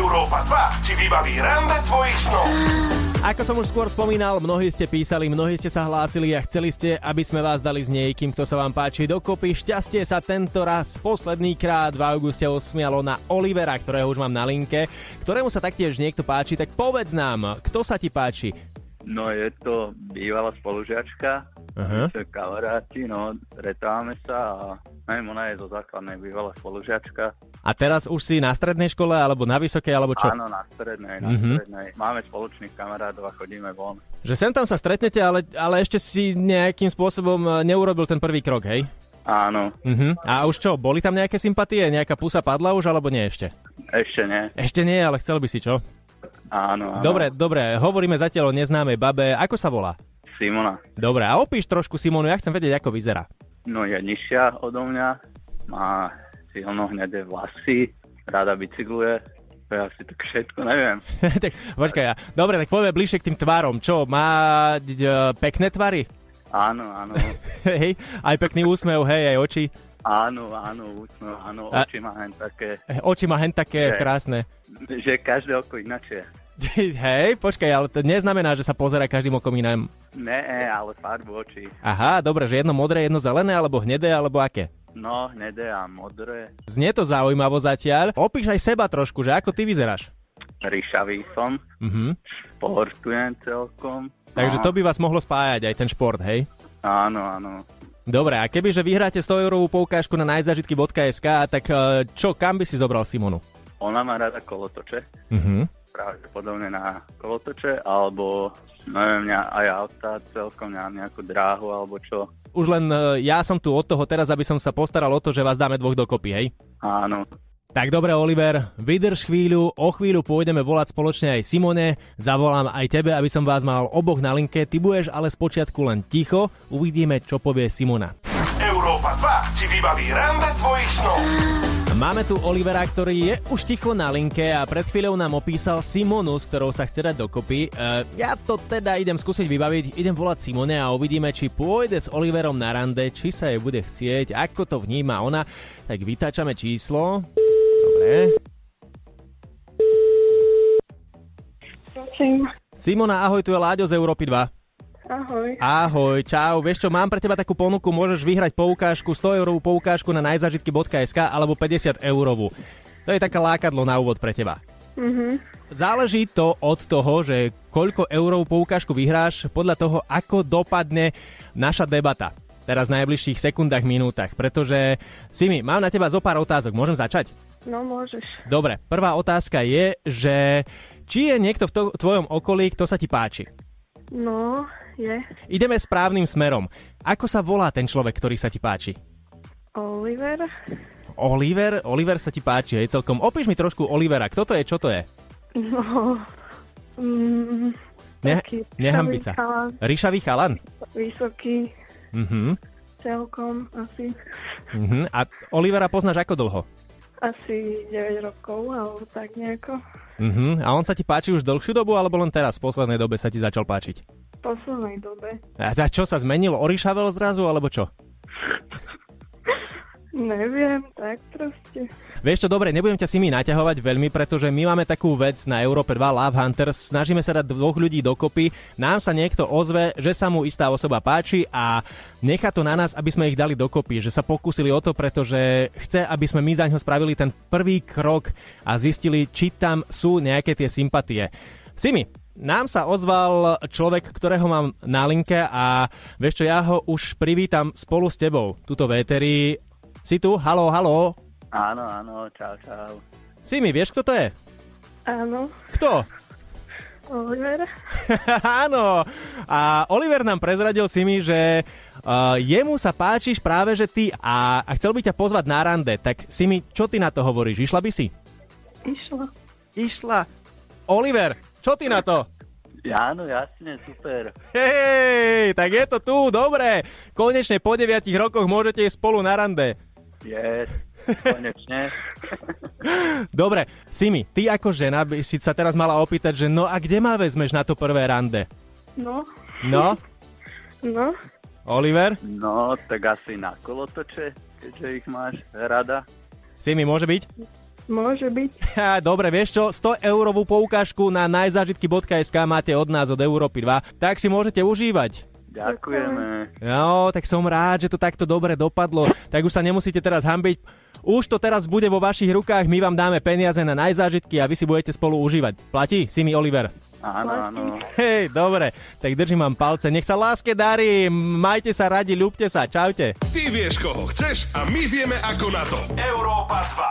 Európa 2 ti vybaví rande tvojich snov. Ako som už skôr spomínal, mnohí ste písali, mnohí ste sa hlásili a chceli ste, aby sme vás dali s niekým, kto sa vám páči dokopy. Šťastie sa tento raz posledný krát v auguste osmialo na Olivera, ktorého už mám na linke, ktorému sa taktiež niekto páči, tak povedz nám, kto sa ti páči? No je to bývalá spolužiačka, Aha. my sme kamaráti, no retávame sa a neviem, ona je zo základnej bývalá spolužiačka. A teraz už si na strednej škole, alebo na vysokej, alebo čo? Áno, na strednej, na Mhm. strednej. Máme spoločných kamarátov a chodíme von. Že sem tam sa stretnete, ale, ale ešte si nejakým spôsobom e, neurobil ten prvý krok, hej? Áno, Mhm. A už čo, boli tam nejaké sympatie? Nejaká pusa padla už, alebo nie ešte? ešte nie. Ešte nie, ale chcel by si, čo? Áno, áno. Dobre, dobre, hovoríme zatiaľ o neznámej babe. Ako sa volá? Simona. Dobre, a opíš trošku Simonu, ja chcem vedieť, ako vyzerá. No je nižšia odo mňa, má silno hnedé vlasy, rada bicykluje, to je asi tak všetko, neviem. tak, počkaj, ja. dobre, tak poďme bližšie k tým tvárom. Čo, má d- d- pekné tvary? Áno, áno, hej, aj pekný úsmev, hej, aj oči. áno, áno, úcno, áno, A- oči má len také, Eh, Oči má hen také Hej. krásne. že každé oko inačie. hej, počkaj, ale to neznamená, že sa pozera každým okom iným. Ne, ale farbu očí. Aha, dobre, že jedno modré, jedno zelené, alebo hnedé, alebo aké. No, hnedé a modré, Znie to zaujímavo zatiaľ. Opíš aj seba trošku, že ako ty vyzeráš. ryšavý som, Mhm. športujem celkom. Takže No, to by vás mohlo spájať aj ten šport, hej? Áno, áno. Dobre, a kebyže vyhráte 100 eurovú poukážku na najzažitky.sk, tak e, čo, kam by si zobral Simonu? Ona má rada kolotoče, Mhm. pravdepodobne na kolotoče, alebo neviem, mňa aj auta celkom na nejakú dráhu, alebo čo. Už len e, ja som tu od toho teraz, aby som sa postaral o to, že vás dáme dvoch dokopy, hej? Áno, Tak dobre, Oliver, vydrž chvíľu, o chvíľu pôjdeme volať spoločne aj Simone, zavolám aj tebe, aby som vás mal oboch na linke, ty budeš ale spočiatku len ticho, uvidíme, čo povie Simona. Európa 2 ti vybaví rande tvojich snov. Máme tu Olivera, ktorý je už ticho na linke a pred chvíľou nám opísal Simonu, s ktorou sa chce dať dokopy. E, ja to teda idem skúsiť vybaviť, idem volať Simone a uvidíme, či pôjde s Oliverom na rande, či sa jej bude chcieť, ako to vníma ona. Tak vytáčame číslo. Dobre. Prosím. Simona, ahoj, tu je Láďo z Európy 2. Ahoj. Ahoj, čau. Vieš čo, mám pre teba takú ponuku, môžeš vyhrať poukážku, 100 eurovú poukážku na najzažitky.sk alebo 50 eurovú. To je taká lákadlo na úvod pre teba. Mhm. Záleží to od toho, že koľko eurov poukážku vyhráš podľa toho, ako dopadne naša debata. Teraz v najbližších sekundách, minútach, pretože Simi, mám na teba zo pár otázok, môžem začať? No môžeš. Dobre, prvá otázka je, že či je niekto v to- tvojom okolí, kto sa ti páči? No, je Ideme správnym smerom. Ako sa volá ten človek, ktorý sa ti páči? Oliver. Oliver? Oliver sa ti páči, hej, celkom. Opíš mi trošku Olivera, kto to je, čo to je? No. Mm, Ne- taký nehambi šavý sa. chalan, Ríšavý chalan? Vysoký Mhm. celkom asi. Mhm. A Olivera poznáš ako dlho? Asi 9 rokov, alebo tak nejako. Mhm. A on sa ti páči už dlhšiu dobu, alebo len teraz, v poslednej dobe sa ti začal páčiť? V poslednej dobe. A a čo sa zmenilo? Orišavel zrazu, alebo čo? Neviem, tak proste. Vieš čo, dobre, nebudem ťa si mi naťahovať veľmi, pretože my máme takú vec na Európe 2 Love Hunters, snažíme sa dať dvoch ľudí dokopy, nám sa niekto ozve, že sa mu istá osoba páči a nechá to na nás, aby sme ich dali dokopy, že sa pokúsili o to, pretože chce, aby sme my za ňo spravili ten prvý krok a zistili, či tam sú nejaké tie sympatie. Simi, nám sa ozval človek, ktorého mám na linke a vieš čo, ja ho už privítam spolu s tebou, tuto veteri. Si tu? Halo, halo. áno, áno, čau, čau. Simi, vieš, kto to je? Áno, Kto? Oliver. Áno. A Oliver nám prezradil Simi, že uh, jemu sa páčiš práve, že ty a, a chcel by ťa pozvať na rande. Tak Simi, čo ty na to hovoríš? Išla by si? Išla. Išla. Oliver, čo ty na to? Áno, jasne, super. Hej, tak je to tu, dobre. Konečne po 9 rokoch môžete ísť spolu na rande. Yes, konečne. Dobre, Simi, ty ako žena by si sa teraz mala opýtať, že no a kde ma vezmeš na to prvé rande? No, No, no. Oliver? No, tak asi na kolotoče, keďže ich máš rada. Simi, môže byť? Môže byť. Ha, Dobre, vieš čo, 100 eurovú poukážku na najzážitky.sk máte od nás, od Európy 2, tak si môžete užívať. Ďakujeme. No, tak som rád, že to takto dobre dopadlo, tak už sa nemusíte teraz hambiť. Už to teraz bude vo vašich rukách, my vám dáme peniaze na najzážitky a vy si budete spolu užívať. Platí? Simi Oliver. Áno, áno. Hej, dobre, tak držím vám palce. Nech sa láske darí, majte sa radi, ľúbte sa, čaute. Ty vieš, koho chceš a my vieme, ako na to. Európa 2.